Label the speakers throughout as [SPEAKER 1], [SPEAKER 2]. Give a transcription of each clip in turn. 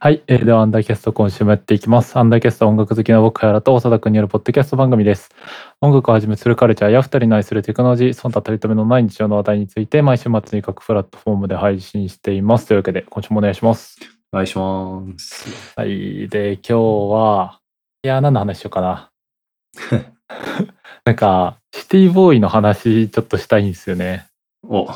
[SPEAKER 1] はい、えーではアンダーキャスト今週もやっていきます。アンダーキャストは音楽好きの僕原と長田君によるポッドキャスト番組です。音楽をはじめするカルチャーや二人の愛するテクノロジー、忖度たりとめのない日常の話題について毎週末に各プラットフォームで配信しています。というわけで今週もお願いします。
[SPEAKER 2] お願いします。
[SPEAKER 1] はい、で今日はいやー何の話しようかな。なんかシティボーイの話ちょっとしたいんですよね。
[SPEAKER 2] お、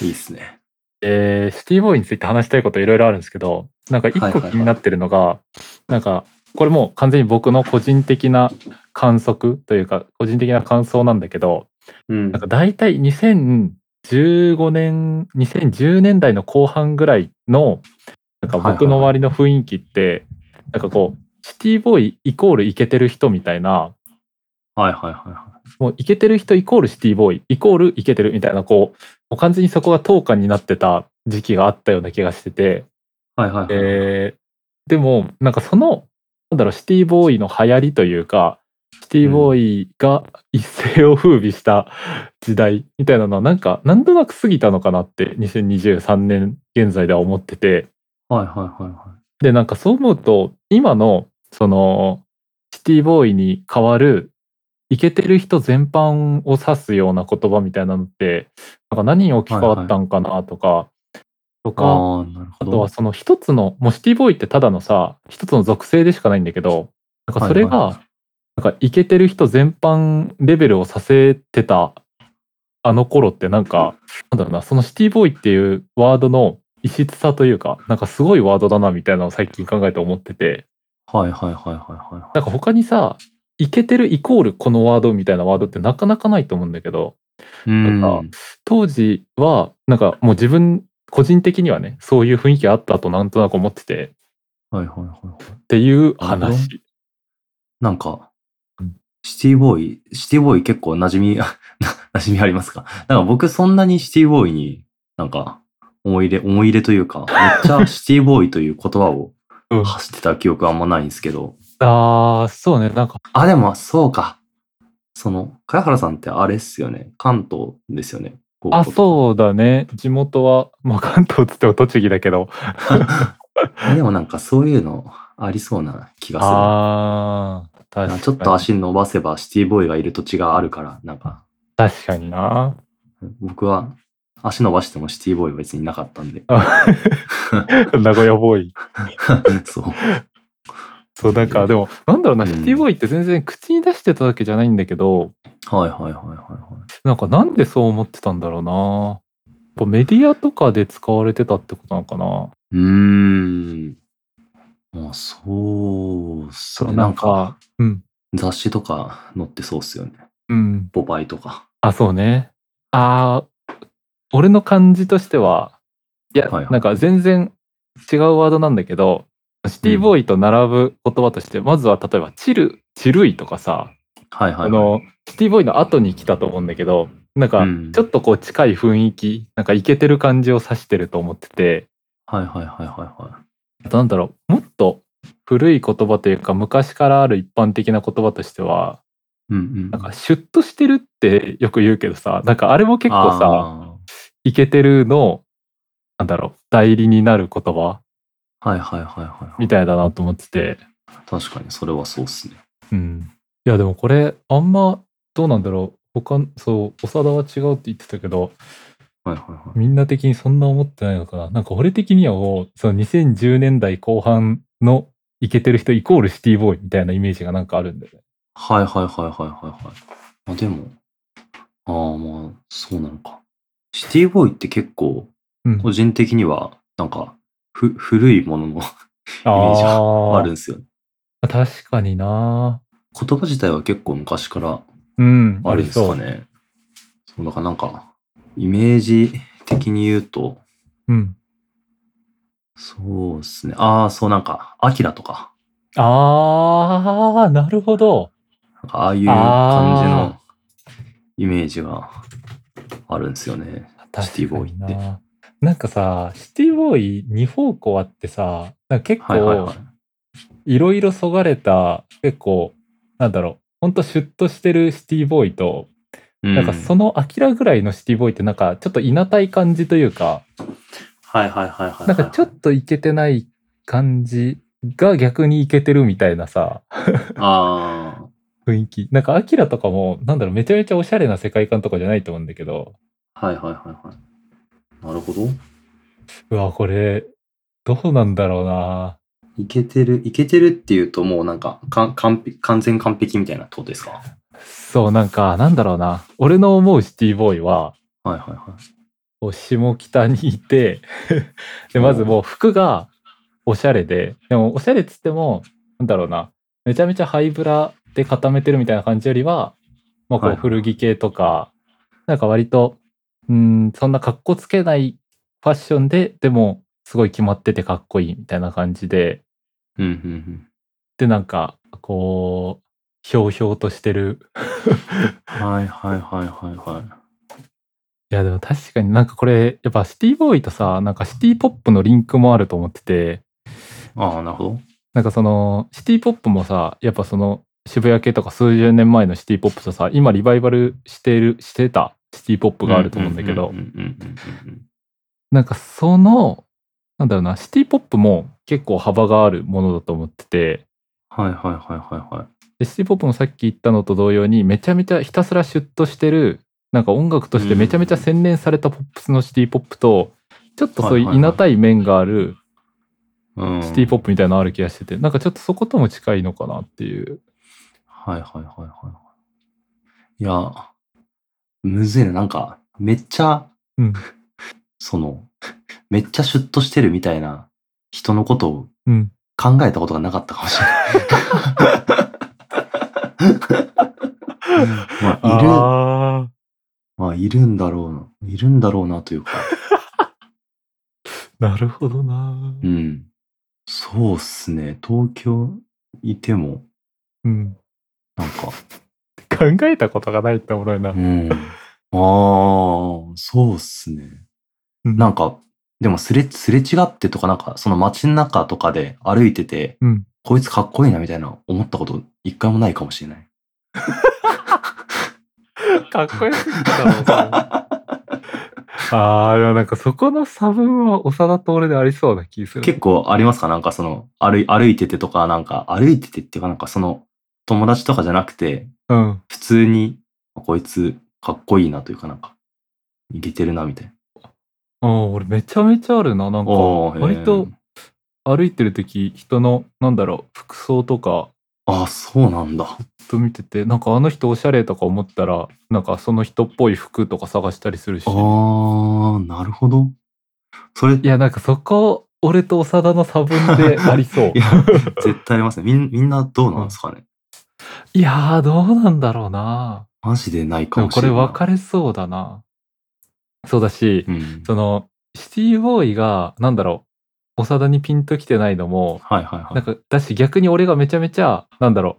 [SPEAKER 2] いいっすね。
[SPEAKER 1] えーシティボーイについて話したいこといろいろあるんですけど、なんか一
[SPEAKER 2] はい
[SPEAKER 1] 個
[SPEAKER 2] はいはい
[SPEAKER 1] 気になってるのが、なんか、これもう完全に僕の個人的な観測というか、個人的な感想なんだけど、
[SPEAKER 2] うん
[SPEAKER 1] なんか大体2015年、2010年代の後半ぐらいの、なんか僕の
[SPEAKER 2] はいはい
[SPEAKER 1] 周りの雰囲気って、なんかこう、シティボーイイコールイケてる人みたいな、
[SPEAKER 2] はいはいはいは
[SPEAKER 1] もうイケてる人イコールシティボーイイコールイケてるみたいなこうもう完全にそこが等間になってた時期があったような気がしてて、
[SPEAKER 2] い。はいはいはい。
[SPEAKER 1] えーでもなんかそのなんだろうシティボーイの流行りというかシティボーイが一世を風靡した時代みたいなのはなんかなんとなく過ぎたのかなって2023年現在では思ってて、
[SPEAKER 2] はいはいはいは
[SPEAKER 1] でなんかそう思うと今のそのシティボーイに代わるイケてる人全般を指すような言葉みたいなのってなんか何に置き換わったんかなとか、と
[SPEAKER 2] い。
[SPEAKER 1] かあ
[SPEAKER 2] ああ、なるほど。
[SPEAKER 1] とはその一つのもうシティボーイってただのさ一つの属性でしかないんだけどなんかそれ
[SPEAKER 2] はいはい
[SPEAKER 1] がなんかイケてる人全般レベルをさせてたあの頃ってなんかなんだろうなそのシティボーイっていうワードの異質さというかなんかすごいワードだなみたいなのを最近考えて思ってて
[SPEAKER 2] はいはいはいはいはいは
[SPEAKER 1] なんか他にさイケてるイコールこのワードみたいなワードってなかなかないと思うんだけど
[SPEAKER 2] い。うん。
[SPEAKER 1] なん当時はなんかもう自分個人的にはねそういう雰囲気あったとなんとなく思ってて
[SPEAKER 2] はいはいはいはい。
[SPEAKER 1] っていう
[SPEAKER 2] なるほ
[SPEAKER 1] 話
[SPEAKER 2] なんか
[SPEAKER 1] うん、
[SPEAKER 2] シティボーイ、シティボーイ結構馴染み、 馴染みありますかなんか僕そんなにシティボーイになんか思い入れ、思い入れというか、めっ ちゃシティボーイという言葉を
[SPEAKER 1] うん
[SPEAKER 2] 走ってた記憶あんまないんですけど。
[SPEAKER 1] あーそうねなんか
[SPEAKER 2] あ、でも、そうか。その、茅原さんってあれっすよね。関東ですよね。
[SPEAKER 1] あ
[SPEAKER 2] う。
[SPEAKER 1] そうだね地元はまあ関東っつっても栃木だけど
[SPEAKER 2] でもなんかそういうのありそうな気が
[SPEAKER 1] あー
[SPEAKER 2] する
[SPEAKER 1] 確か
[SPEAKER 2] な。
[SPEAKER 1] に
[SPEAKER 2] ちょっと足伸ばせばシティボーイがいる土地があるから、なんか、
[SPEAKER 1] 確かにな。
[SPEAKER 2] 僕は足伸ばしてもシティボーイは別になかったんで
[SPEAKER 1] あ名古屋ボーイ
[SPEAKER 2] そう。
[SPEAKER 1] そうなんかでもなんだろうな、
[SPEAKER 2] うん
[SPEAKER 1] シティボーイって全然口に出してたわけじゃないんだけど
[SPEAKER 2] はいはいはいはいは。
[SPEAKER 1] なんかなんでそう思ってたんだろうなやっぱメディアとかで使われてたってことなのかない
[SPEAKER 2] うーん。まあ、そうっすね。なんか、
[SPEAKER 1] うん
[SPEAKER 2] 雑誌とか載ってそうっすよね。
[SPEAKER 1] うん
[SPEAKER 2] ポパイとか。
[SPEAKER 1] あそうねあー俺の感じとしてはいや、
[SPEAKER 2] はいはい
[SPEAKER 1] なんか全然違うワードなんだけどシティボーイと並ぶ言葉として、まずは例えば「チル」「チルイ」とかさ、
[SPEAKER 2] はいはいはい。
[SPEAKER 1] あのシティボーイの後に来たと思うんだけどなんか
[SPEAKER 2] うん
[SPEAKER 1] ちょっとこう近い雰囲気なんかイケてる感じを指してると思ってて
[SPEAKER 2] はいはいはいはいはい。
[SPEAKER 1] あとなんだろうもっと古い言葉というか昔からある一般的な言葉としては
[SPEAKER 2] うんうん。
[SPEAKER 1] なんかシュッとしてるってよく言うけどさなんかあれも結構さイケてるのなんだろう代理になる言
[SPEAKER 2] あー。
[SPEAKER 1] 葉
[SPEAKER 2] はいはいはいはい。
[SPEAKER 1] みたいだなと思ってて
[SPEAKER 2] 確かに、それはそうっすね。
[SPEAKER 1] うんいやでもこれあんまどうなんだろう他そう長田は違うって言ってたけど
[SPEAKER 2] はいはいはい。
[SPEAKER 1] みんな的にそんな思ってないのかななんか俺的にはもうその2010年代後半のイケてる人イコールシティボーイみたいなイメージがなんかあるんだよね。
[SPEAKER 2] はいはいはいはいはいはい。まあでも、ああまあ、そうなのか。シティボーイって結構、
[SPEAKER 1] うん
[SPEAKER 2] 個人的には、なんか、ふ、古いもののメージ
[SPEAKER 1] あ
[SPEAKER 2] あ
[SPEAKER 1] あ
[SPEAKER 2] るんですよね。
[SPEAKER 1] 確かにな
[SPEAKER 2] 言葉自体は結構昔から
[SPEAKER 1] うん
[SPEAKER 2] あるんですか
[SPEAKER 1] ね
[SPEAKER 2] ね。そう、だからなんか、イメージ的に言うと、
[SPEAKER 1] うん
[SPEAKER 2] そうっすね。ああ、そうなんか、アキラとか、
[SPEAKER 1] ああなるほど
[SPEAKER 2] なんかああいう感じのイメージがあるんですよね。シティボーイって
[SPEAKER 1] 確かにななんかさシティボーイ2方向あってさなんか結
[SPEAKER 2] はいはいは
[SPEAKER 1] 構いろいろそがれた結構なんだろうほんとシュッとしてるシティボーイと
[SPEAKER 2] い。
[SPEAKER 1] なんかそのアキラぐらいのシティボーイってなんかちょっといなたい感じというか、
[SPEAKER 2] はいはいはいはいはい。
[SPEAKER 1] なんかちょっとイケてない感じが逆にいけてるみたいなさ、
[SPEAKER 2] あ
[SPEAKER 1] 雰囲気。なんか、アキラとかも、なんだろう、めちゃめちゃおしゃれな世界観とかじゃないと思うんだけど、
[SPEAKER 2] あ、はいはいはいはい。なるほど。
[SPEAKER 1] うわ、これ、どうなんだろうな。
[SPEAKER 2] いけてる、いけてるっていうともうなんか、か完璧完全完璧みたいなってことですか
[SPEAKER 1] そう、なんか、なんだろうな。俺の思うシティボーイは、
[SPEAKER 2] はいはいはい。
[SPEAKER 1] こう下北に いてでまずもう服がおしゃれででもおしゃれっつってもなんだろうなめちゃめちゃハイブラで固めてるみたいな感じよりは、まあ、こ
[SPEAKER 2] は
[SPEAKER 1] う
[SPEAKER 2] い
[SPEAKER 1] 古着系とか、なんか割とうんそんな格好つけないファッションででもすごい決まっててかっこいいみたいな感じで
[SPEAKER 2] うんうんうん。
[SPEAKER 1] でなんかこうひょうひょうとしてる
[SPEAKER 2] はいはいはいはいはい
[SPEAKER 1] やでも確かになんかこれやっぱシティボーイとさなんかシティポップのリンクもあると思ってて
[SPEAKER 2] い。ああ、なるほど。
[SPEAKER 1] なんかそのシティポップもさやっぱその渋谷系とか数十年前のシティポップとさ今リバイバルしてるしてたシティポップがあると思うんだけど
[SPEAKER 2] うんうんうんうんうん
[SPEAKER 1] なんかそのなんだろうなシティポップも結構幅があるものだと思ってて
[SPEAKER 2] はいはいはいはいはい。
[SPEAKER 1] でシティポップもさっき言ったのと同様にめちゃめちゃひたすらシュッとしてるなんか音楽としてめちゃめちゃ洗練されたポップスのシティポップとちょっとそういういなたい面がある
[SPEAKER 2] うん、
[SPEAKER 1] シティポップみたいなのある気がしててなんかちょっとそことも近いのかなっていう。
[SPEAKER 2] はいはいはいはいはい。いや、むずいな。なんか、めっちゃ、
[SPEAKER 1] うん
[SPEAKER 2] その、めっちゃシュッとしてるみたいな人のことを
[SPEAKER 1] うん
[SPEAKER 2] 考えたことがなかったかもしれない。 まあ、いる、
[SPEAKER 1] あ
[SPEAKER 2] まあ、いるんだろうな。いるんだろうなというか。
[SPEAKER 1] ーなるほどな。
[SPEAKER 2] うん。そうっすね。東京いても、
[SPEAKER 1] うん。
[SPEAKER 2] なんか、
[SPEAKER 1] 考えたことがないっておもろいな
[SPEAKER 2] う。 ん。ああ、そうっすね。なんか、でもすれ、すれ違ってとか、なんか、その街の中とかで歩いてて、
[SPEAKER 1] うん。
[SPEAKER 2] こいつかっこいいなみたいな思ったこと一回もないかもしれない。
[SPEAKER 1] かっこよすぎたろ、それああ、でもなんかそこの差分は長田と俺でありそうな気する。
[SPEAKER 2] 結構ありますかなんかその、歩い、歩いててとか、なんか、歩いててっていうか、なんかその、友達とかじゃなくて、
[SPEAKER 1] うん。
[SPEAKER 2] 普通に、こいつかっこいいなというか、なんか、いけてるなみたいな。
[SPEAKER 1] うん、俺めちゃめちゃあるな。なんか、
[SPEAKER 2] おーへー
[SPEAKER 1] 割と歩いてる時人の、なんだろう、服装とか、
[SPEAKER 2] ああ、そうなんだ。
[SPEAKER 1] ずっと見てて、なんかあの人おしゃれとか思ったら、なんかその人っぽい服とか探したりするし。
[SPEAKER 2] ああ、なるほど。それ、
[SPEAKER 1] いや、なんかそこ、俺と長田の差分でありそう。
[SPEAKER 2] いや 絶対ありますね。みんみんなどうなんですかね。
[SPEAKER 1] いやー、どうなんだろうな。
[SPEAKER 2] マジでない
[SPEAKER 1] で
[SPEAKER 2] か
[SPEAKER 1] も
[SPEAKER 2] もし
[SPEAKER 1] こ
[SPEAKER 2] れな
[SPEAKER 1] れ
[SPEAKER 2] い。
[SPEAKER 1] 分かれそうだな。そうだし、
[SPEAKER 2] うん。
[SPEAKER 1] その、シティボーイが、なんだろう、長田にピンときてないのも、
[SPEAKER 2] はいはいはい。
[SPEAKER 1] なんか、だし逆に俺がめちゃめちゃ、なんだろ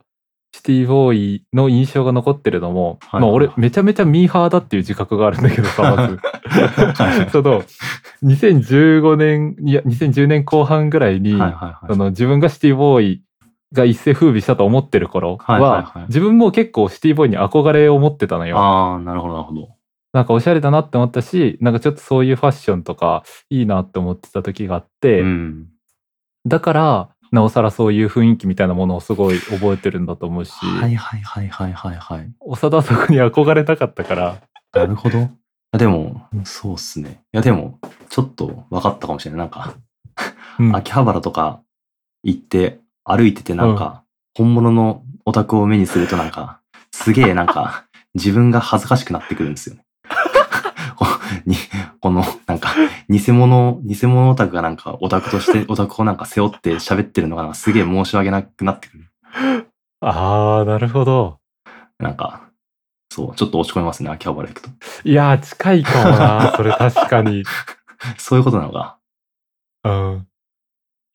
[SPEAKER 1] う、シティボーイの印象が残ってるのも、
[SPEAKER 2] はいはい
[SPEAKER 1] まあ俺めちゃめちゃミーハーだっていう自覚があるんだけどさ、 まず。 その、2015年、いや、2010年後半ぐらいに、
[SPEAKER 2] はいはい
[SPEAKER 1] そ
[SPEAKER 2] はい。
[SPEAKER 1] の自分がシティボーイが一世風靡したと思ってる頃は,、
[SPEAKER 2] はいはいはい
[SPEAKER 1] 自分も結構シティボーイに憧れを持ってたのよ。
[SPEAKER 2] ああ、なるほどなるほど。
[SPEAKER 1] なんかおしゃれだなって思ったしなんかちょっとそういうファッションとかいいなって思ってた時があって、
[SPEAKER 2] うん。
[SPEAKER 1] だからなおさらそういう雰囲気みたいなものをすごい覚えてるんだと思うし、
[SPEAKER 2] はいはいはいはいはいはい。
[SPEAKER 1] 長田はそこに憧れたかったから
[SPEAKER 2] なるほど。あ でも
[SPEAKER 1] う、ん
[SPEAKER 2] そうっすね。いやでも、ちょっと分かったかもしれない。なんか、
[SPEAKER 1] う ん
[SPEAKER 2] 秋葉原とか行って、歩いててなんか、本物のオタクを目にするとなんか、すげえなんか、自分が恥ずかしくなってくるんですよね。 こにこの、なんか、偽物、偽物オタクがなんか、オタクと して、オタクをなんか背負って喋ってるのがなんかすげえ申し訳なくなってくる。
[SPEAKER 1] あーなるほど
[SPEAKER 2] なんか、そう、ちょっと落ち込みますね、秋葉原行くと。
[SPEAKER 1] いやー近いかも なそれ確かに、
[SPEAKER 2] そういうことなのか。
[SPEAKER 1] うん、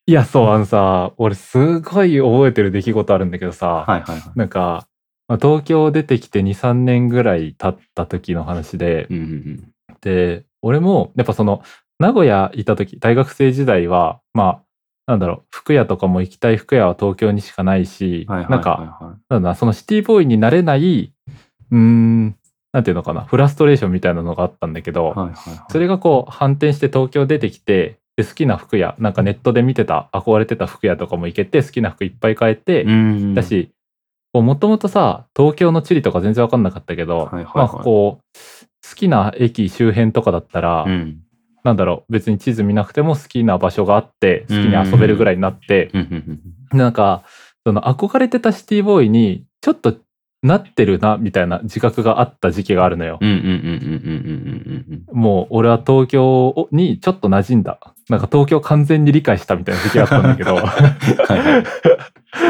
[SPEAKER 1] いやそうあのさ俺すごい覚えてる出来事あるんだけど
[SPEAKER 2] は
[SPEAKER 1] さ、
[SPEAKER 2] いはいはい。
[SPEAKER 1] なんか、まあ、東京出てきて2、3年ぐらい経った時の話で
[SPEAKER 2] う、んうん
[SPEAKER 1] で、俺も、やっぱその、名古屋いた時、大学生時代は、まあ、なんだろう、服屋とかも行きたい服屋は東京にしかないし、
[SPEAKER 2] うん。はいはいはいはい。
[SPEAKER 1] なんか、なんだろうなそのシティボーイになれない、うーん、なんていうのかな、フラストレーションみたいなのがあったんだけど、
[SPEAKER 2] はいはいはい。
[SPEAKER 1] それがこう、反転して東京出てきて、で好きな服屋なんかネットで見てた憧れてた服屋とかも行けて好きな服いっぱい買えて、
[SPEAKER 2] うん。
[SPEAKER 1] だしもともとさ東京の地理とか全然分かんなかったけど、
[SPEAKER 2] はいはいはい
[SPEAKER 1] まあこう好きな駅周辺とかだったら、
[SPEAKER 2] うん。
[SPEAKER 1] なんだろう別に地図見なくても好きな場所があって好きに遊べるぐらいになって、
[SPEAKER 2] うん。うん。
[SPEAKER 1] なんかその憧れてたシティボーイにちょっとなってるなみたいな自覚があった時期があるのよ。
[SPEAKER 2] うん。うん。うん。うん。うん。
[SPEAKER 1] もう俺は東京にちょっと馴染んだ。なんか東京完全に理解したみたいな時期だったんだけ ど、
[SPEAKER 2] はいは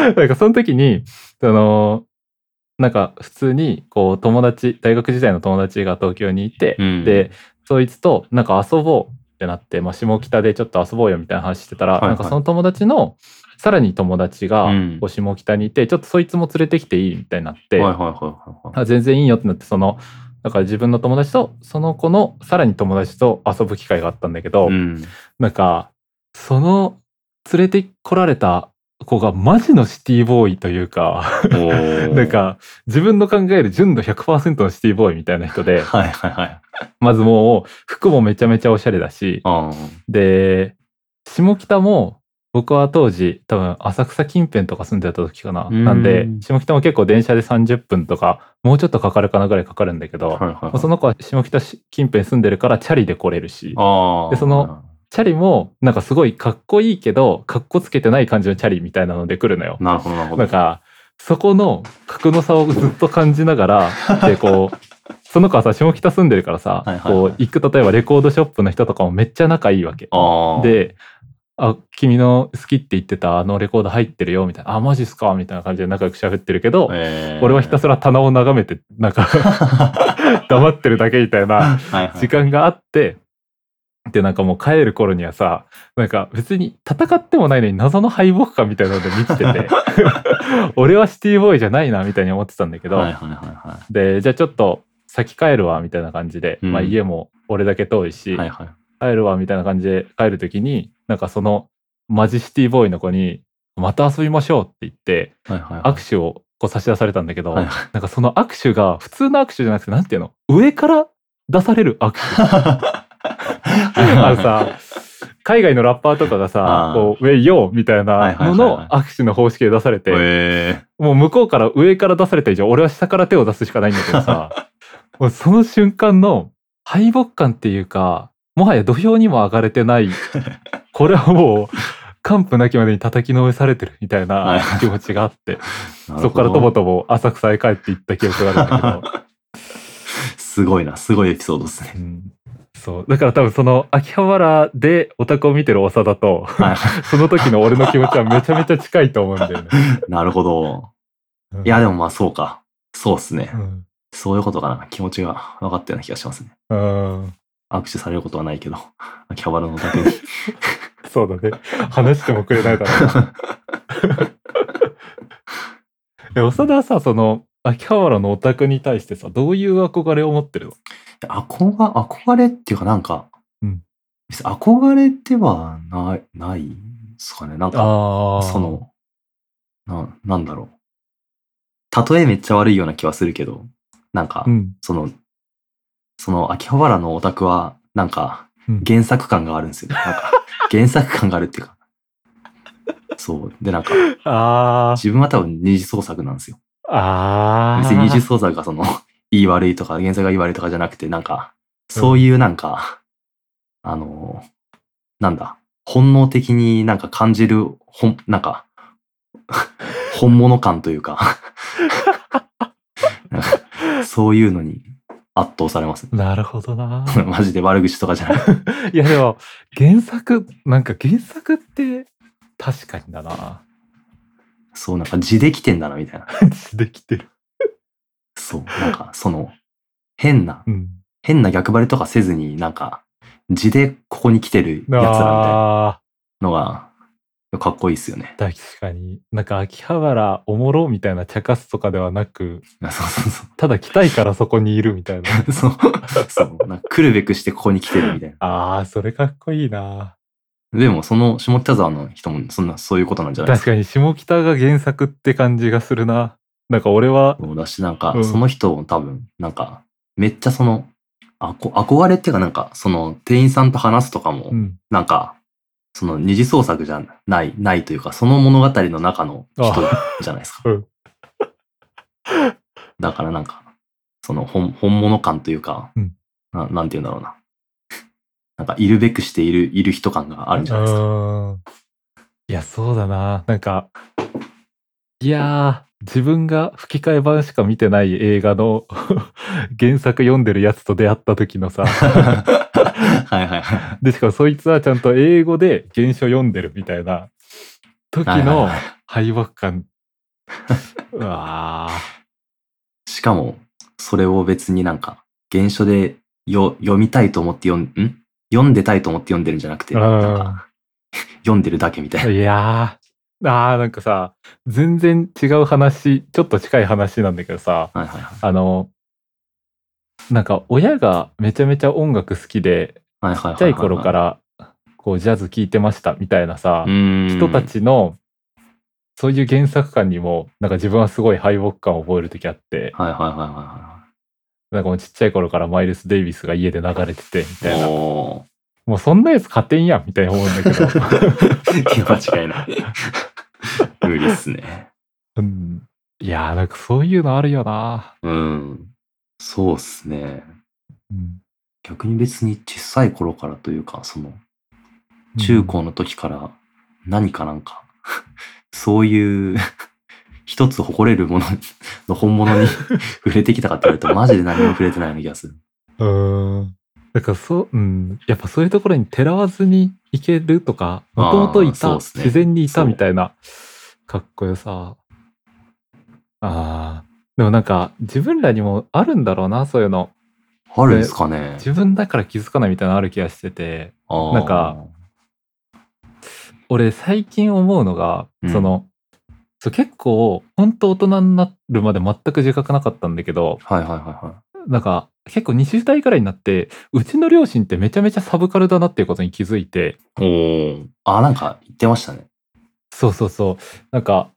[SPEAKER 2] い。
[SPEAKER 1] なんかその時に、その、なんか普通にこう友達、大学時代の友達が東京にいて、
[SPEAKER 2] うん
[SPEAKER 1] で、そいつとなんか遊ぼうってなって、まあ下北でちょっと遊ぼうよみたいな話してたら、
[SPEAKER 2] はいはい
[SPEAKER 1] なんかその友達の、さらに友達が
[SPEAKER 2] うん
[SPEAKER 1] こう下北にいて、ちょっとそいつも連れてきていいみたいになって、
[SPEAKER 2] はいはいはいはいは
[SPEAKER 1] あ全然いいよってなってそのだから自分の友達とその子のさらに友達と遊ぶ機会があったんだけ
[SPEAKER 2] い。
[SPEAKER 1] ど、
[SPEAKER 2] うん。
[SPEAKER 1] なんかその連れてこられた子がマジのシティボーイというか、
[SPEAKER 2] おー
[SPEAKER 1] なん、か自分の考える純度100%のシティボーイみたいな人で
[SPEAKER 2] はいはいはい。
[SPEAKER 1] まずもう服もめちゃめちゃおしゃれだし
[SPEAKER 2] あ
[SPEAKER 1] で下北も僕は当時多分浅草近辺とか住んでた時かな
[SPEAKER 2] うん
[SPEAKER 1] なんで下北も結構電車で30分とかもうちょっとかかるかなぐらいかかるんだけど、
[SPEAKER 2] あ。はいはい
[SPEAKER 1] まあその子は下北市近辺住んでるからチャリで来れるし、
[SPEAKER 2] ああ。
[SPEAKER 1] でその、チャリもなんかすごいかっこいいけど、かっこつけてない感じのチャリみたいなので来るのよ。
[SPEAKER 2] なるほどなるほど。
[SPEAKER 1] なんか、そこの格の差をずっと感じ ながら、で、こう、その子はさ、下北住んでるからさ、
[SPEAKER 2] はいはいはい
[SPEAKER 1] こう、行く、例えばレコードショップの人とかもめっちゃ仲いいわけ。
[SPEAKER 2] ああ。、
[SPEAKER 1] で、あ、君の好きって言ってたあのレコード入ってるよ、みたいな、あ、マジっすかみたいな感じで仲良く喋ってるけど、
[SPEAKER 2] えー、
[SPEAKER 1] 俺はひたすら棚を眺めて、なん か黙ってるだけみたいな
[SPEAKER 2] はいはい
[SPEAKER 1] 時間があって、で、なんかもう帰る頃にはさ、なんか別に戦ってもないのに謎の敗北感みたいなので満ちて て、俺はシティボーイじゃないなみたいに思ってたんだけど、
[SPEAKER 2] はいはいはいは
[SPEAKER 1] で、じゃあちょっと先帰るわみたいな感じで、
[SPEAKER 2] うん
[SPEAKER 1] まあ家も俺だけ遠いし、
[SPEAKER 2] い。はいはい。
[SPEAKER 1] 帰るわみたいな感じで帰る時に、なんかそのマジシティボーイの子に、また遊びましょうって言って、
[SPEAKER 2] はいはい。
[SPEAKER 1] 握手をこう差し出されたんだけど、
[SPEAKER 2] はい
[SPEAKER 1] なんかその握手が普通の握手じゃなくて、なんていうの上から出される握手。 あのさ、海外のラッパーとかが
[SPEAKER 2] あ
[SPEAKER 1] さ
[SPEAKER 2] ー、
[SPEAKER 1] こう、ウェイヨーみたいなの
[SPEAKER 2] はいはいはいはい
[SPEAKER 1] の握手の方式で出されて、
[SPEAKER 2] え
[SPEAKER 1] もう向こうから上から出された以上、俺は下から手を出すしかないんだけど さ、もうその瞬間の敗北感っていうか、もはや土俵にも上がれてない、これはもう、完膚なきまでに叩きのめされてるみた
[SPEAKER 2] は
[SPEAKER 1] い
[SPEAKER 2] い
[SPEAKER 1] な気持ちがあ って、
[SPEAKER 2] ー、
[SPEAKER 1] そこからと
[SPEAKER 2] ぼ
[SPEAKER 1] ぼとぼ浅草へ帰っていった記憶があるんだけど、
[SPEAKER 2] すごいな、すごいエピソードです ね。
[SPEAKER 1] うんそう。だから多分その秋葉原でオタクを見てる長田と、
[SPEAKER 2] は
[SPEAKER 1] その時の俺の気持ちはめちゃめちゃ近いと思うんだよね。
[SPEAKER 2] い。なるほど。いや、でもまあそうか。そうですね
[SPEAKER 1] う。ん、
[SPEAKER 2] そういうことかな。気持ちが分かったような気がしますね。
[SPEAKER 1] うん、
[SPEAKER 2] 握手されることはないけど、 秋葉原のだけに。
[SPEAKER 1] そうだね。話してもくれないだろ う。え、長田はさ、その、秋葉原のオタクに対してさ、どういう憧れを持ってるの
[SPEAKER 2] 憧憧れっていうかなんか、
[SPEAKER 1] うん
[SPEAKER 2] 別に憧れではない、ないんですかね。なんか、
[SPEAKER 1] あ
[SPEAKER 2] そ、の、な、なんだろう。例えめっちゃ悪いような気はするけど、なんか、
[SPEAKER 1] うん。
[SPEAKER 2] その、その秋葉原のオタクは、なんか
[SPEAKER 1] うん、
[SPEAKER 2] 原作感があるんですよね。なんか、原作感があるっていうか。そう。で、なんか、
[SPEAKER 1] あ
[SPEAKER 2] 自分は多分二次創作なんですよ。
[SPEAKER 1] あ。ああ。
[SPEAKER 2] 別に二次創作がその、 いい悪いとか、原作がいい悪いとかじゃなくて、なんか、そういうなんか、あの、なんだ、本能的になんか感じる、ほん、なんか、本物感というか、なんかそういうのに圧倒されますね。
[SPEAKER 1] なるほどな。
[SPEAKER 2] マジで悪口とかじゃなくて。
[SPEAKER 1] いやでも、原作、なんか原作って、確かにだな。
[SPEAKER 2] そう、なんか字できてんだな、みたいな。
[SPEAKER 1] できてる。
[SPEAKER 2] そう、なんか、その、変な、
[SPEAKER 1] うん。
[SPEAKER 2] 変な逆張りとかせずに、なんか、字でここに来てるやつらみたいな。
[SPEAKER 1] あ
[SPEAKER 2] のが、かっこいいっすよね。
[SPEAKER 1] あ、確かに。なんか秋葉原おもろみたいな茶化すとかではなく、
[SPEAKER 2] そうそうそ
[SPEAKER 1] ただ来たいからそこにいるみ たいな。
[SPEAKER 2] う。そう。そう。なんか来るべくしてここに来てるみたい
[SPEAKER 1] ああ、それかっこいいな。
[SPEAKER 2] な。でも、その下北沢の人も、そんな、そういうことなんじゃないで
[SPEAKER 1] 確
[SPEAKER 2] すか。
[SPEAKER 1] かに下北が原作って感じがするな。なんか俺は、
[SPEAKER 2] そうだし、なんか
[SPEAKER 1] う、ん
[SPEAKER 2] その人も多分、なんか、めっちゃその、あこ憧れっていうか、なんか、その、店員さんと話すとかも、
[SPEAKER 1] うん、
[SPEAKER 2] なんか、その二次創作じゃない、ないというか、その物語の中の人じゃないですか。
[SPEAKER 1] うん
[SPEAKER 2] だからなんか、その本本物感というか、
[SPEAKER 1] うん
[SPEAKER 2] な、なんて言うんだろうな。 なんか、いるべくしている、いる人感があるんじゃないですか。
[SPEAKER 1] うんいや、そうだな。なんか、いやー、自分が吹き替え版しか見てない映画の 原作読んでるやつと出会った時 のさ、
[SPEAKER 2] はいはいはい。
[SPEAKER 1] で、しかもそいつはちゃんと英語で原書読んでるみたいな時
[SPEAKER 2] はいはい
[SPEAKER 1] の
[SPEAKER 2] はい
[SPEAKER 1] 敗北 感。うわー
[SPEAKER 2] しかも、それを別になんか、原書でよ読みたいと思って読ん、ん読んでたいと思って読んでるんじゃなくて、
[SPEAKER 1] うん
[SPEAKER 2] なんか、読んでるだけみたいな。
[SPEAKER 1] いやー、あーなんかさ、全然違う話、ちょっと近い話なんだけどさ、
[SPEAKER 2] はいはいはい。
[SPEAKER 1] あの、なんか親がめちゃめちゃ音楽好きで、
[SPEAKER 2] はいはいはいはい
[SPEAKER 1] ちっちゃい頃か、らこうジャズ聴いてましたみたいなさ
[SPEAKER 2] う、ーん
[SPEAKER 1] 人た。ちのそういう原作感にも、なんか自分はすごい敗北感を覚える時あって、
[SPEAKER 2] はいはいはいは
[SPEAKER 1] なんかもうちっちゃい頃からマイルス・デイビスが家で流れててみ
[SPEAKER 2] い
[SPEAKER 1] た
[SPEAKER 2] はいい。
[SPEAKER 1] な、
[SPEAKER 2] おー。
[SPEAKER 1] もうそんなやつ勝てんやんみたいな思うんだけど、
[SPEAKER 2] いや、間違いない。無理っすね。
[SPEAKER 1] うんいやーなんかそういうのあるよな。
[SPEAKER 2] うん。そうっすね。
[SPEAKER 1] うん
[SPEAKER 2] 逆に別に小さい頃からというか、その、中高の時から何かなんか、 そういう、 一つ誇れるものの本物に 触れてきたかって言われると、マジで何も触れてないような気がする。
[SPEAKER 1] うん。だからそう、うん、やっぱそういうところにてらわずに行けるとか、もともとい
[SPEAKER 2] あーそう
[SPEAKER 1] た、
[SPEAKER 2] っすね
[SPEAKER 1] 自然にい
[SPEAKER 2] そ
[SPEAKER 1] た
[SPEAKER 2] う
[SPEAKER 1] みたいな、かっこよさ。ああ。でもなんか、自分らにもあるんだろうな、そういうの。
[SPEAKER 2] あるんですかね
[SPEAKER 1] 自分だから気づかないみたいなのある気がしてて、なんか、俺最近思うのが、
[SPEAKER 2] うん
[SPEAKER 1] その、そう結構、本当大人になるまで全く自覚なかったんだけど、
[SPEAKER 2] あーはいはいはいはい。
[SPEAKER 1] なんか、結構20代くらいになって、うちの両親ってめちゃめちゃサブカルだなっていうことに気づいて、
[SPEAKER 2] おーあ、なんか言ってましたね。
[SPEAKER 1] そうそうそう。なんか、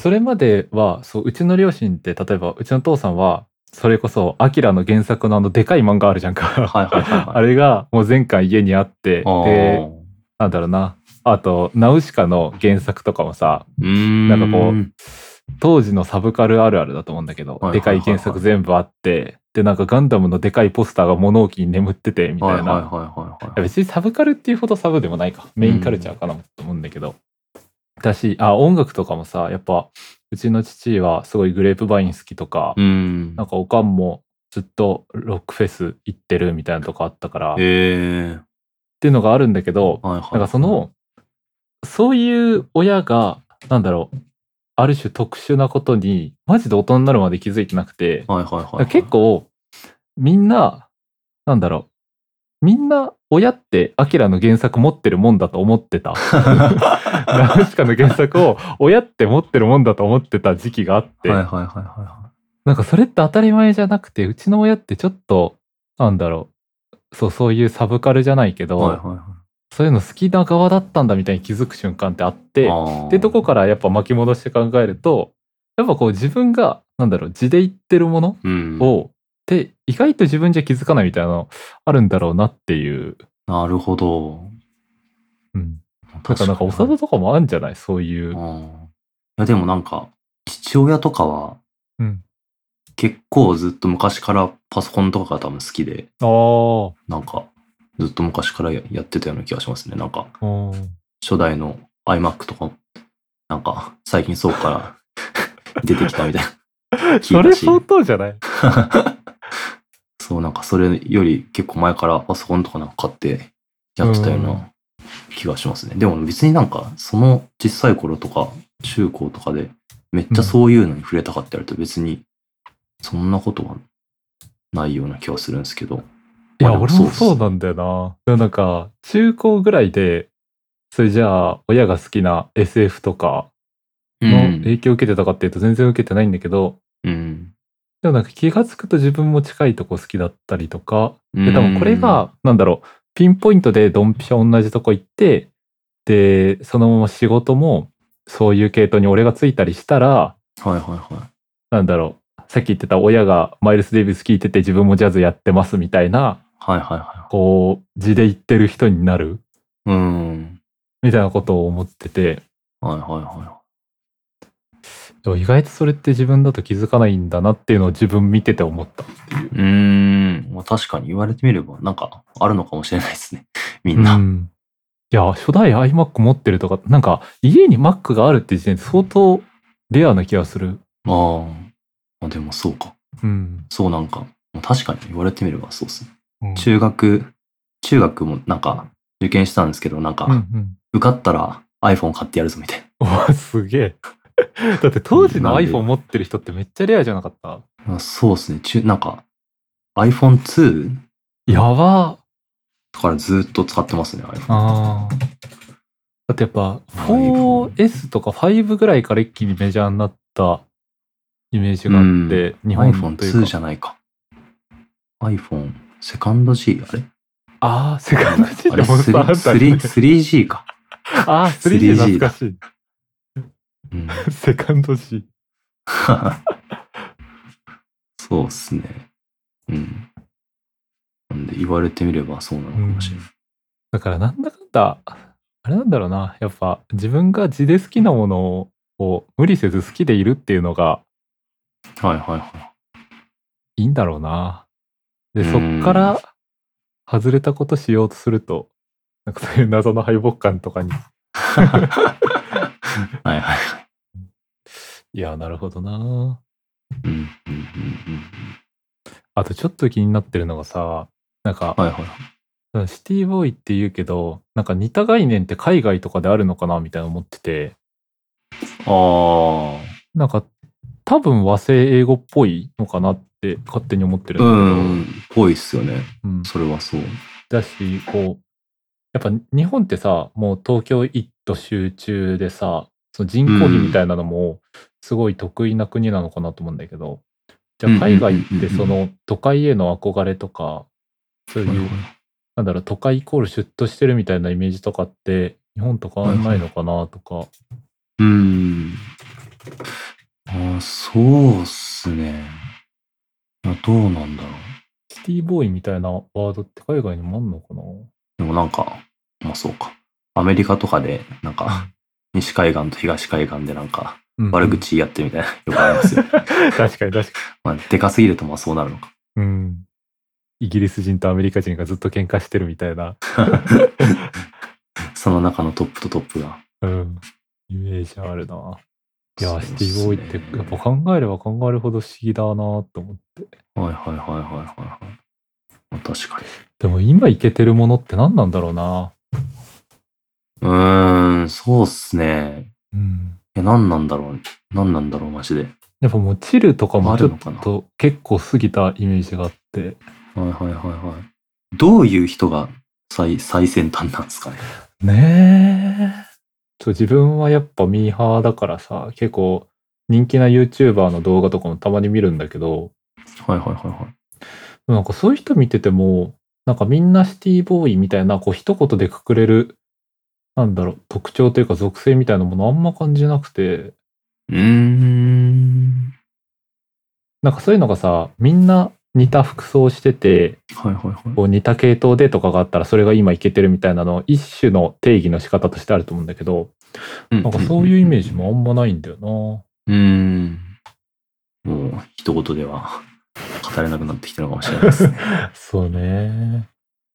[SPEAKER 1] それまでは、そう、うちの両親って、例えば、うちの父さんは、それこそ、アキラの原作のあの、でかい漫画あるじゃんか。
[SPEAKER 2] はいはいはい、はい。
[SPEAKER 1] あれが、もう全巻家にあって、
[SPEAKER 2] あー
[SPEAKER 1] で、なんだろうな。あと、ナウシカの原作とかもさ、
[SPEAKER 2] うーん。
[SPEAKER 1] なんかこう当時のサブカルあるあるだと思うんだけど、
[SPEAKER 2] はいはい
[SPEAKER 1] で
[SPEAKER 2] は
[SPEAKER 1] か
[SPEAKER 2] いはい
[SPEAKER 1] い原作全部あって、で、なんかガンダムのでかいポスターが物置に眠ってて、みたいな。
[SPEAKER 2] はいはいはいはい
[SPEAKER 1] いや
[SPEAKER 2] はい。
[SPEAKER 1] 別にサブカルっていうほどサブでもないか。メインカルチャーかなと思うんだけど。だし、あ、音楽とかもさ、やっぱ、うちの父はすごいグレープバイン好きとか、
[SPEAKER 2] うん
[SPEAKER 1] なんかおかんもずっとロックフェス行ってるみたいなとこあったから、っ
[SPEAKER 2] ええ
[SPEAKER 1] ていうのがあるんだけど、
[SPEAKER 2] はいはい。
[SPEAKER 1] なんかそ、の、そういう親が、なんだろう、ある種特殊なことに、マジで大人になるまで気づいてなくて、
[SPEAKER 2] はいはいはいはい。
[SPEAKER 1] 結、構みんななんだろうみんな親ってアキラの原作持ってるもんだと思って たナウシカの原作を親って持ってるもんだと思ってた時期があって、
[SPEAKER 2] はいはいはいはいは
[SPEAKER 1] なんかそれって当たり前じゃなくてうちの親ってちょっとなんだろうそうそういうサブカルじゃないけど、
[SPEAKER 2] い。はいはいはい。
[SPEAKER 1] そういうの好きな側だったんだみたいに気づく瞬間ってあって
[SPEAKER 2] っ
[SPEAKER 1] ってとこからやっぱ巻き戻して考えるとやっぱこう自分がなんだろう地で言ってるもの
[SPEAKER 2] を、
[SPEAKER 1] を、で、意外と自分じゃ気づかないみたいなのあるんだろうなっていう。
[SPEAKER 2] なるほど。
[SPEAKER 1] うん。だ
[SPEAKER 2] 確
[SPEAKER 1] からなんかお
[SPEAKER 2] に
[SPEAKER 1] 里とかもあるんじゃないそういう。
[SPEAKER 2] うんいやでもなんか、父親とかは、
[SPEAKER 1] うん
[SPEAKER 2] 結構ずっと昔からパソコンとかが多分好きで、
[SPEAKER 1] ああ。
[SPEAKER 2] なんか、ずっと昔からややってたような気がしますね。なんか、
[SPEAKER 1] うん。
[SPEAKER 2] 初代の iMac とか、なんか、最近そうから出てきたみたいな。聞
[SPEAKER 1] そ
[SPEAKER 2] いた
[SPEAKER 1] れ
[SPEAKER 2] し
[SPEAKER 1] 相当じゃない
[SPEAKER 2] そう、なんかそれより結構前からパソコンとかなんか買ってやってたよう
[SPEAKER 1] うん
[SPEAKER 2] な気がしますね。でも別になんかその小さい頃とか中高とかでめっちゃそういうのに触れたかってやると別にそんなことはないような気がするんですけど。
[SPEAKER 1] い
[SPEAKER 2] ま
[SPEAKER 1] や、
[SPEAKER 2] あで
[SPEAKER 1] 俺も
[SPEAKER 2] っすね
[SPEAKER 1] そうなんだよな。でもなんか、中高ぐらいで、それじゃあ、親が好きな SF とか
[SPEAKER 2] う
[SPEAKER 1] の
[SPEAKER 2] ん
[SPEAKER 1] 影響を受けてたかっていうと全然受けてないんだけど、
[SPEAKER 2] うん。
[SPEAKER 1] でもなんか気がつくと自分も近いとこ好きだったりとか、
[SPEAKER 2] で
[SPEAKER 1] で多分これが、なんだろう、ピンポイントでドンピシャ同じとこ行って、で、そのまま仕事も、そういう系統に俺がついたりしたら、
[SPEAKER 2] はいはいはい。
[SPEAKER 1] なんだろう、さっき言ってた親がマイルス・デイビス聴いてて自分もジャズやってますみたいな、
[SPEAKER 2] はいはいは
[SPEAKER 1] こう、字で言ってる人になる
[SPEAKER 2] い。うん。
[SPEAKER 1] みたいなことを思ってて、
[SPEAKER 2] はいはいは
[SPEAKER 1] でも意外とそれって自分だと気づかないんだなっていうのを自分見てて思ったっていう。
[SPEAKER 2] い。うーん。まあ確かに言われてみれば、なんかあるのかもしれないですね。 みん
[SPEAKER 1] う
[SPEAKER 2] な。
[SPEAKER 1] んいや、初代 iMac 持ってるとか、なんか家に Mac があるって時点で相当レアな気がする。
[SPEAKER 2] あーまあ。でもそうか。
[SPEAKER 1] うん。
[SPEAKER 2] そうなんか。まあ確かに言われてみればそうですね。
[SPEAKER 1] うん
[SPEAKER 2] 中学、中学もなんか受験したんですけど、なん
[SPEAKER 1] うんう
[SPEAKER 2] か
[SPEAKER 1] ん。
[SPEAKER 2] 受かったら iPhone 買ってやるぞみたいな。
[SPEAKER 1] うわ、すげえ。 だって当時の
[SPEAKER 2] なんで
[SPEAKER 1] iPhone 持ってる人ってめっちゃレアじゃなかった
[SPEAKER 2] まあそうですね。中、なんか iPhone2
[SPEAKER 1] やば
[SPEAKER 2] からずっと使ってますね、iPhone。
[SPEAKER 1] あーだってやっぱ
[SPEAKER 2] iPhone
[SPEAKER 1] 4S とか5ぐらいから一気にメジャーになったイメージがあって、日本というか。
[SPEAKER 2] iPhone2 じゃないか。iPhone、セカンド G? あれ
[SPEAKER 1] ああ、セカンド G
[SPEAKER 2] あ
[SPEAKER 1] で
[SPEAKER 2] れ
[SPEAKER 1] も
[SPEAKER 2] スリ
[SPEAKER 1] さあった
[SPEAKER 2] ー 3G か。
[SPEAKER 1] ああ、3G 懐かしい。
[SPEAKER 2] うん、
[SPEAKER 1] セカンド G。
[SPEAKER 2] そうっすね。うん。なんで言われてみればそうなのかもしれない。
[SPEAKER 1] だからなんだかんだ、あれなんだろうな、やっぱ自分が字で好きなものを無理せず好きでいるっていうのが
[SPEAKER 2] はいはいはい
[SPEAKER 1] いんだろうな。で、
[SPEAKER 2] う
[SPEAKER 1] そ
[SPEAKER 2] ん
[SPEAKER 1] っから外れたことしようとすると、なんかそういう謎の敗北感と かに、。
[SPEAKER 2] はいはいはい。
[SPEAKER 1] いや、なるほどな。
[SPEAKER 2] うんうんうんうん
[SPEAKER 1] あとちょっと気になってるのがさ、なんか、
[SPEAKER 2] うんはいはい。
[SPEAKER 1] シティボーイって言うけど、なんか似た概念って海外とかであるのかなみたいな思ってて、
[SPEAKER 2] あ
[SPEAKER 1] なんか多分和製英語っぽいのかなって勝手に思ってる
[SPEAKER 2] あ。うん
[SPEAKER 1] だ
[SPEAKER 2] ん。ぽいっすよね。
[SPEAKER 1] けど、うん
[SPEAKER 2] それはそう。
[SPEAKER 1] だしこうやっぱ日本ってさもう東京一都集中でさその人口比みたいなのもすごい得意な国なのかなと思うんだけど、じゃあ海外ってその都会への憧れとかそういう、なんだろう都会イコールシュッとしてるみたいなイメージとかって日本と変わんないのかなとか、
[SPEAKER 2] うん。あそうっすね。あどうなんだろう。
[SPEAKER 1] シティボーイみたいなワードって海外にもあんのか な
[SPEAKER 2] でもなんか、まあそうか。アメリカとかで、なん か、西海岸と東海岸でなんか、悪口やってみたいな、よくありますよ。
[SPEAKER 1] 確かに確かに
[SPEAKER 2] まあ、でかすぎるとまあそうなるのか。
[SPEAKER 1] うん。イギリス人とアメリカ人がずっと喧嘩してるみたいな、
[SPEAKER 2] その中のトップとトップが。
[SPEAKER 1] うん、イメージあるな。い
[SPEAKER 2] そう
[SPEAKER 1] や、
[SPEAKER 2] っす
[SPEAKER 1] シ
[SPEAKER 2] ね
[SPEAKER 1] ティボーイってやっぱ考えれば考えるほど不思議だなと思って。
[SPEAKER 2] はいはいはいはいはいはい。まあ、確かに。
[SPEAKER 1] でも今いけてるものって何なんだろうな。
[SPEAKER 2] うーん、そうっすね。
[SPEAKER 1] うん。
[SPEAKER 2] いや、何なんだろう。何なんだろう、マジで。
[SPEAKER 1] やっぱもうチルとかも
[SPEAKER 2] あ
[SPEAKER 1] ちょ
[SPEAKER 2] るの
[SPEAKER 1] っ
[SPEAKER 2] かな
[SPEAKER 1] と結構過ぎたイメージがあって。
[SPEAKER 2] はいはいはいはい。どういう人が最最先端なんですかね。
[SPEAKER 1] ねえ。そう自分はやっぱミーハーだからさ、結構人気な YouTuber の動画とかもたまに見るんだけど、
[SPEAKER 2] はいはいはいはい。
[SPEAKER 1] なんかそういう人見てても、なんかみんなシティボーイみたいな、こう一言でくくれる、なんだろう、特徴というか属性みたいなものあんま感じなくて、
[SPEAKER 2] うーん。
[SPEAKER 1] なんかそういうのがさ、みんな似た服装してて、
[SPEAKER 2] はいはいはい。
[SPEAKER 1] こう似た系統でとかがあったらそれが今いけてるみたいなの、一種の定義の仕方としてあると思うんだけど、なんかそういうイメージもあんまないんだよ
[SPEAKER 2] うーん。もう、一言では語れなくなってきてるのかもしれないですね。
[SPEAKER 1] な。そうね。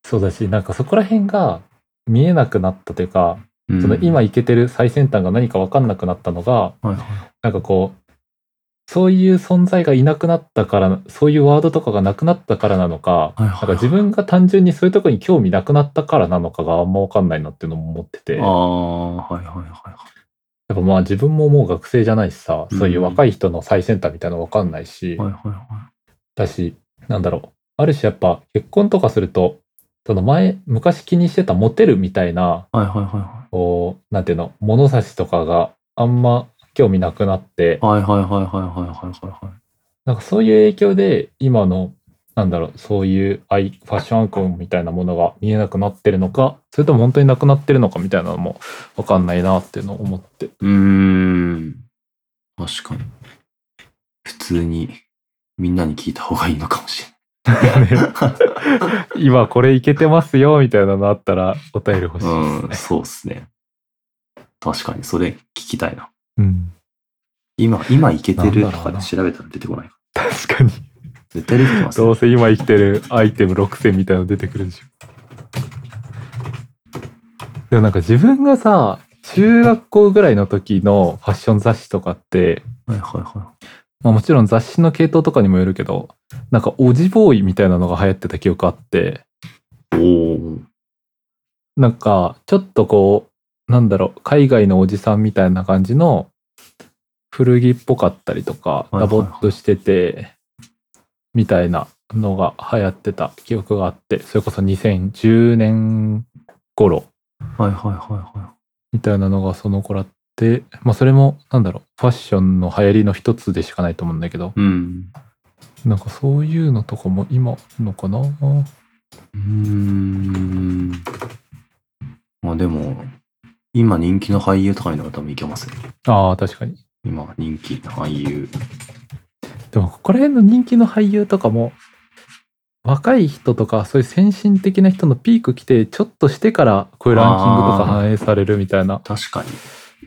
[SPEAKER 1] そうだし、なんかそこら辺が見えなくなったというか、
[SPEAKER 2] うん
[SPEAKER 1] その今いけてる最先端が何か分かんなくなったのが、
[SPEAKER 2] はいは
[SPEAKER 1] なんかこう、そういう存在がいなくなったから、そういうワードとかがなくなったからなのか、
[SPEAKER 2] い。はい
[SPEAKER 1] なん
[SPEAKER 2] は
[SPEAKER 1] か自分が単純にそういうとこに興味なくなったからなのかがあんまわかんないなっていうのも思ってて、
[SPEAKER 2] あ
[SPEAKER 1] やっ
[SPEAKER 2] あ、はいはいはいはい。
[SPEAKER 1] ぱまあ自分ももう学生じゃないしさ、
[SPEAKER 2] うん
[SPEAKER 1] そういう若い人の最先端みたいなのわかんないし、
[SPEAKER 2] はいはいは。
[SPEAKER 1] だし、なんだろう、ある種やっぱ結婚とかすると、その前、昔気にしてたモテるみたいない
[SPEAKER 2] はいはいは
[SPEAKER 1] こう、なんていうの、物差しとかがあんま興味なくなって、
[SPEAKER 2] いはい。はいはいはいはいはいはいはいはい。
[SPEAKER 1] なんかそういう影響で今のなんだろうそういうアイファッションアイコンみたいなものが見えなくなってるのかそれとも本当になくなってるのかみたいなのも分かんないなっていうのを思 って
[SPEAKER 2] うーん。確かに。普通に、みんなに聞いた方がいいのかもしれない。
[SPEAKER 1] 今これいけてますよみたいなのあったらお便り欲しいですね
[SPEAKER 2] うん、そうっすね。確かに、それ聞きたいな。
[SPEAKER 1] うん。
[SPEAKER 2] 今、今いけてる
[SPEAKER 1] な
[SPEAKER 2] と
[SPEAKER 1] んだろ
[SPEAKER 2] か
[SPEAKER 1] うな
[SPEAKER 2] で調べたら出てこないか。
[SPEAKER 1] 確かに。
[SPEAKER 2] 絶対出てきます、
[SPEAKER 1] どう
[SPEAKER 2] ね。
[SPEAKER 1] せ今生きてるアイテム6選みたいなの出てくるでしょ。でもなんか自分がさ、中学校ぐらいの時のファッション雑誌とかって、
[SPEAKER 2] はいはいは
[SPEAKER 1] まあもちろん雑誌の系統とかにもよるけど、なんかオジボーイみたいなのが流行ってた記憶あって、
[SPEAKER 2] い。おお。
[SPEAKER 1] なんか、ちょっとこう、なんだろう、海外のおじさんみたいな感じの古着っぽかったりとか、
[SPEAKER 2] いはいはい
[SPEAKER 1] ダボっとしてて、みたいなのが流行ってた記憶があって、それこそ2010年頃
[SPEAKER 2] はいはいはいは
[SPEAKER 1] みたいなのがその頃あって、まあそれも、なんだろう、ファッションの流行りの一つでしかないと思うんだけど、
[SPEAKER 2] い。うん。
[SPEAKER 1] なんかそういうのとかも今のかな
[SPEAKER 2] うーん。まあでも、今人気の俳優とかになら多分いけますね。
[SPEAKER 1] ああ、確かに。
[SPEAKER 2] 今人気の俳優。
[SPEAKER 1] でもここら辺の人気の俳優とかも若い人とかそういう先進的な人のピーク来てちょっとしてからこういうランキングとか反映されるみたいな
[SPEAKER 2] 確かに。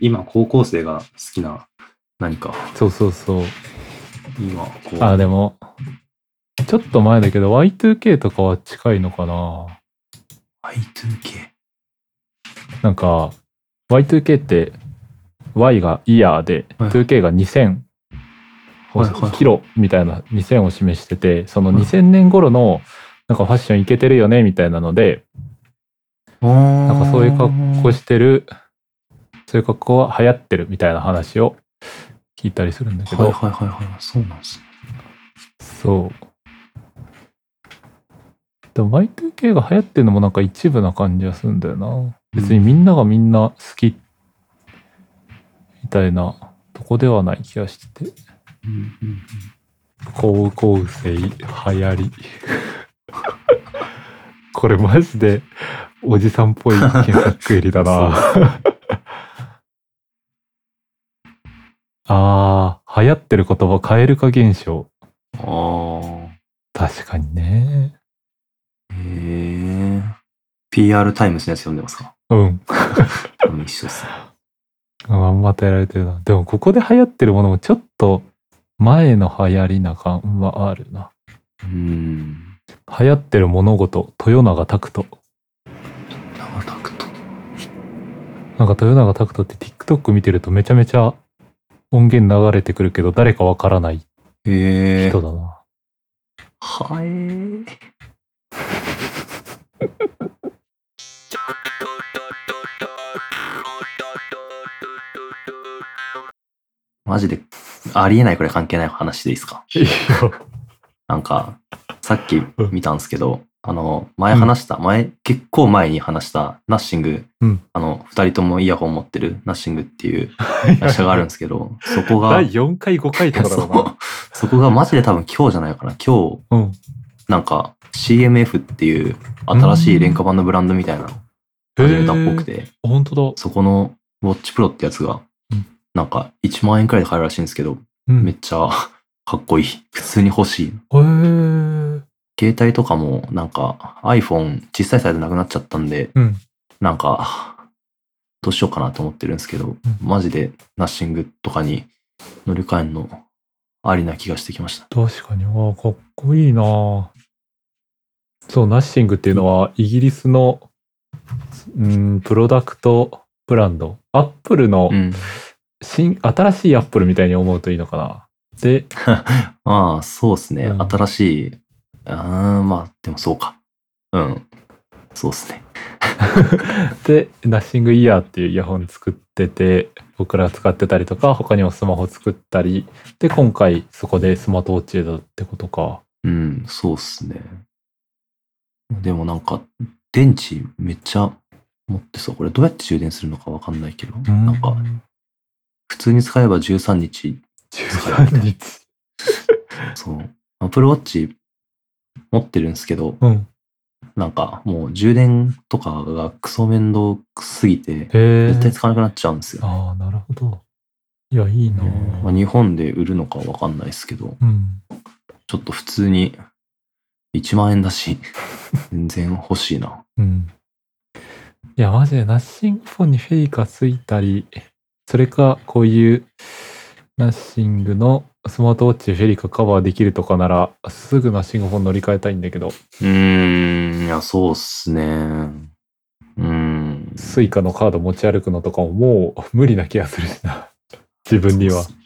[SPEAKER 2] 今高校生が好きな何か、
[SPEAKER 1] そうそうそう
[SPEAKER 2] 今こう。
[SPEAKER 1] あでもちょっと前だけど Y2K とかは近いのかな
[SPEAKER 2] I2K。
[SPEAKER 1] なんか Y2K って Y がイヤーで
[SPEAKER 2] はい
[SPEAKER 1] 2K が2000を
[SPEAKER 2] はいはいはい
[SPEAKER 1] キロみたいな2000を示しててその2000年頃のなんかファッションいけてるよねみたいなので
[SPEAKER 2] な
[SPEAKER 1] なんかそういう格好してる、そういう格好は流行ってるみたいな話を聞いたりするんだけど、
[SPEAKER 2] はいはいはいはい。そうなんですね。
[SPEAKER 1] そう。でも Y2K が流行ってるのもなんか一部な感じはするんだよな。別にみんながみんな好きみたいなとこではない気がしてて。
[SPEAKER 2] うんうんうん
[SPEAKER 1] 高校生流行り。 これマジでおじさんっぽい検索入りだな。ああ、流行ってる言葉、蛙化現象。
[SPEAKER 2] あ
[SPEAKER 1] 確かにね。
[SPEAKER 2] あ。へえ。PR タイムズのやつ読んでますか
[SPEAKER 1] うん。
[SPEAKER 2] 多分一緒っすね。
[SPEAKER 1] まんまとやられてるな。でも、ここで流行ってるものもちょっと前の流行りな感はあるな。
[SPEAKER 2] うん。
[SPEAKER 1] 流行ってる物事、豊永拓人。
[SPEAKER 2] 長田くと。
[SPEAKER 1] なんか豊永拓人って TikTok 見てるとめちゃめちゃ音源流れてくるけど、誰かわからない
[SPEAKER 2] へえ。
[SPEAKER 1] 人だな。
[SPEAKER 2] はえー。マジで、ありえないこれ関係ない話でいいですか
[SPEAKER 1] いいよ。
[SPEAKER 2] なんか、さっき見たんですけど、あの、前話した、前、結構前に話した、ナッシング、
[SPEAKER 1] うん
[SPEAKER 2] あの、二人ともイヤホン持ってる、ナッシングっていう会社があるんですけど、そこが、
[SPEAKER 1] 第4回、5回とかだろう
[SPEAKER 2] そう そこがマジで多分今日じゃないかな。今日、
[SPEAKER 1] な。うん。
[SPEAKER 2] なんか CMF っていう新しい廉価版のブランドみたいなの始めたっぽく
[SPEAKER 1] へー。
[SPEAKER 2] て、
[SPEAKER 1] 本当だ。
[SPEAKER 2] そこの Watch Pro ってやつが
[SPEAKER 1] うん、
[SPEAKER 2] なんか1万円くらいで買えるらしいんですけど、
[SPEAKER 1] うん
[SPEAKER 2] めっちゃ かっこいい。普通に欲しい。
[SPEAKER 1] へー
[SPEAKER 2] 携帯とかもなんか iPhone 小さいサイズなくなっちゃったんで、
[SPEAKER 1] うん。
[SPEAKER 2] なんかどうしようかなと思ってるんですけど、マジでナッシングとかに乗り換えるのありな気がしてきました。
[SPEAKER 1] 確かに、わあ、かっこいいなあそう、ナッシングっていうのは、イギリスの、うん、プロダクトブランド。アップルの
[SPEAKER 2] うん。
[SPEAKER 1] 新、新しいアップルみたいに思うといいのかな。で、
[SPEAKER 2] まあ、そうですね。
[SPEAKER 1] うん
[SPEAKER 2] 新しい。あーまあ、でもそうか。うん。そうですね。
[SPEAKER 1] で、ナッシングイヤーっていうイヤホン作ってて、僕ら使ってたりとか、他にもスマホ作ったり、で、今回そこでスマートウォッチだってことか。
[SPEAKER 2] うん、そうっすね。でもなんか、電池めっちゃ持ってそう。これどうやって充電するのかわかんないけど。なんか、普通に使えば13日。
[SPEAKER 1] 13日。
[SPEAKER 2] そう。Apple Watch 持ってるんですけど、
[SPEAKER 1] うん。
[SPEAKER 2] なんかもう充電とかがクソ面倒くすぎて、
[SPEAKER 1] へえ。
[SPEAKER 2] 絶対使わなくなっちゃうんですよ。
[SPEAKER 1] ああ、なるほど。いや、いいなあ
[SPEAKER 2] まあ、日本で売るのかわかんないですけど、
[SPEAKER 1] うん。
[SPEAKER 2] ちょっと普通に1万円だし、全然欲しいな。
[SPEAKER 1] うん。いや、マジでナッシングフォンにフェイがついたり、それか、こういうナッシングのスマートウォッチでフェリカカバーできるとかなら、すぐナッシングフォン乗り換えたいんだけど、
[SPEAKER 2] うーん、いや、そうっすね。うーん。
[SPEAKER 1] スイカのカード持ち歩くのとかももう 無理な気がするしな。 自分に
[SPEAKER 2] そう
[SPEAKER 1] は。
[SPEAKER 2] っ。すね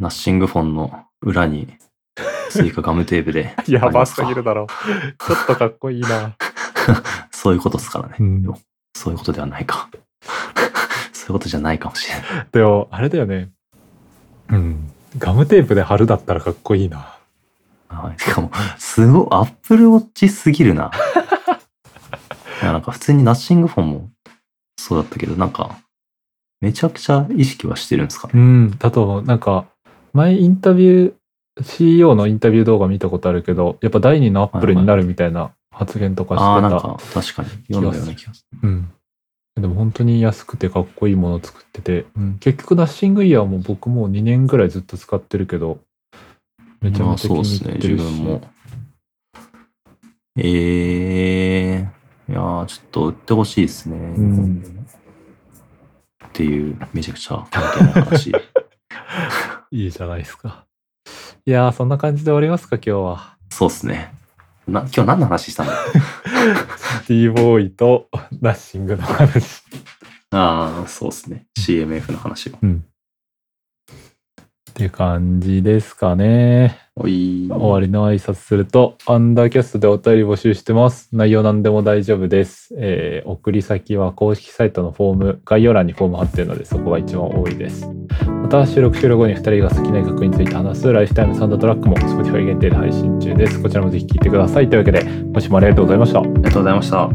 [SPEAKER 2] ナッシングフォンの裏に、スイカガムテープ で
[SPEAKER 1] やばすぎるだろ。 ちょっとかっこいいな。
[SPEAKER 2] そういうことですからね
[SPEAKER 1] う。ん
[SPEAKER 2] そういうことではないか。 そういうことじゃないかもしれない。
[SPEAKER 1] でも、あれだよね。うん。ガムテープで貼るだったらかっこいいな。
[SPEAKER 2] はい、しかも、すごい、アップルウォッチすぎる な。いや、なんか普通にナッシングフォンもそうだったけど、なんか、めちゃくちゃ意識はしてるんですか
[SPEAKER 1] う
[SPEAKER 2] ね。
[SPEAKER 1] ん。だと、なんか、前インタビュー、CEO のインタビュー動画見たことあるけど、やっぱ第二のアップルになるみたいな発言とかしてた。
[SPEAKER 2] ああ、なんか、確かに、読んだような気がする。
[SPEAKER 1] うん。でも本当に安くてかっこいいものを作ってて、うん、結局ダッシングイヤーも僕もう2年ぐらいずっと使ってるけど、めちゃ
[SPEAKER 2] ま
[SPEAKER 1] め
[SPEAKER 2] あ、
[SPEAKER 1] ちゃ気
[SPEAKER 2] そうで
[SPEAKER 1] に
[SPEAKER 2] す
[SPEAKER 1] 入
[SPEAKER 2] ね、
[SPEAKER 1] っ
[SPEAKER 2] 自
[SPEAKER 1] てるし、
[SPEAKER 2] 分も。ええー、いやー、ちょっと売ってほしいですね。
[SPEAKER 1] ん
[SPEAKER 2] っていう、めちゃくちゃ関係ない 話。
[SPEAKER 1] いいじゃないですか。いやー、そんな感じで終わりますか、今日は。
[SPEAKER 2] そうですね。な、今日何の話したんだろう
[SPEAKER 1] D ボーイとナッシングの話。
[SPEAKER 2] ああ、そうですね。CMF の話を。
[SPEAKER 1] って感じですかね。
[SPEAKER 2] おい。
[SPEAKER 1] 終わりの挨拶すると、アンダーキャストでお便り募集してます。内容なんでも大丈夫です。えー送り先は公式サイトのフォーム、概要欄にフォーム貼ってるので、そこが一番多いです。また、収録終了後に2人が好きな曲について話すライフタイムサンドトラックも Spotify 限定で配信中です。こちらもぜひ聴いてください。というわけで、今週もありがとうございました。
[SPEAKER 2] ありがとうございました。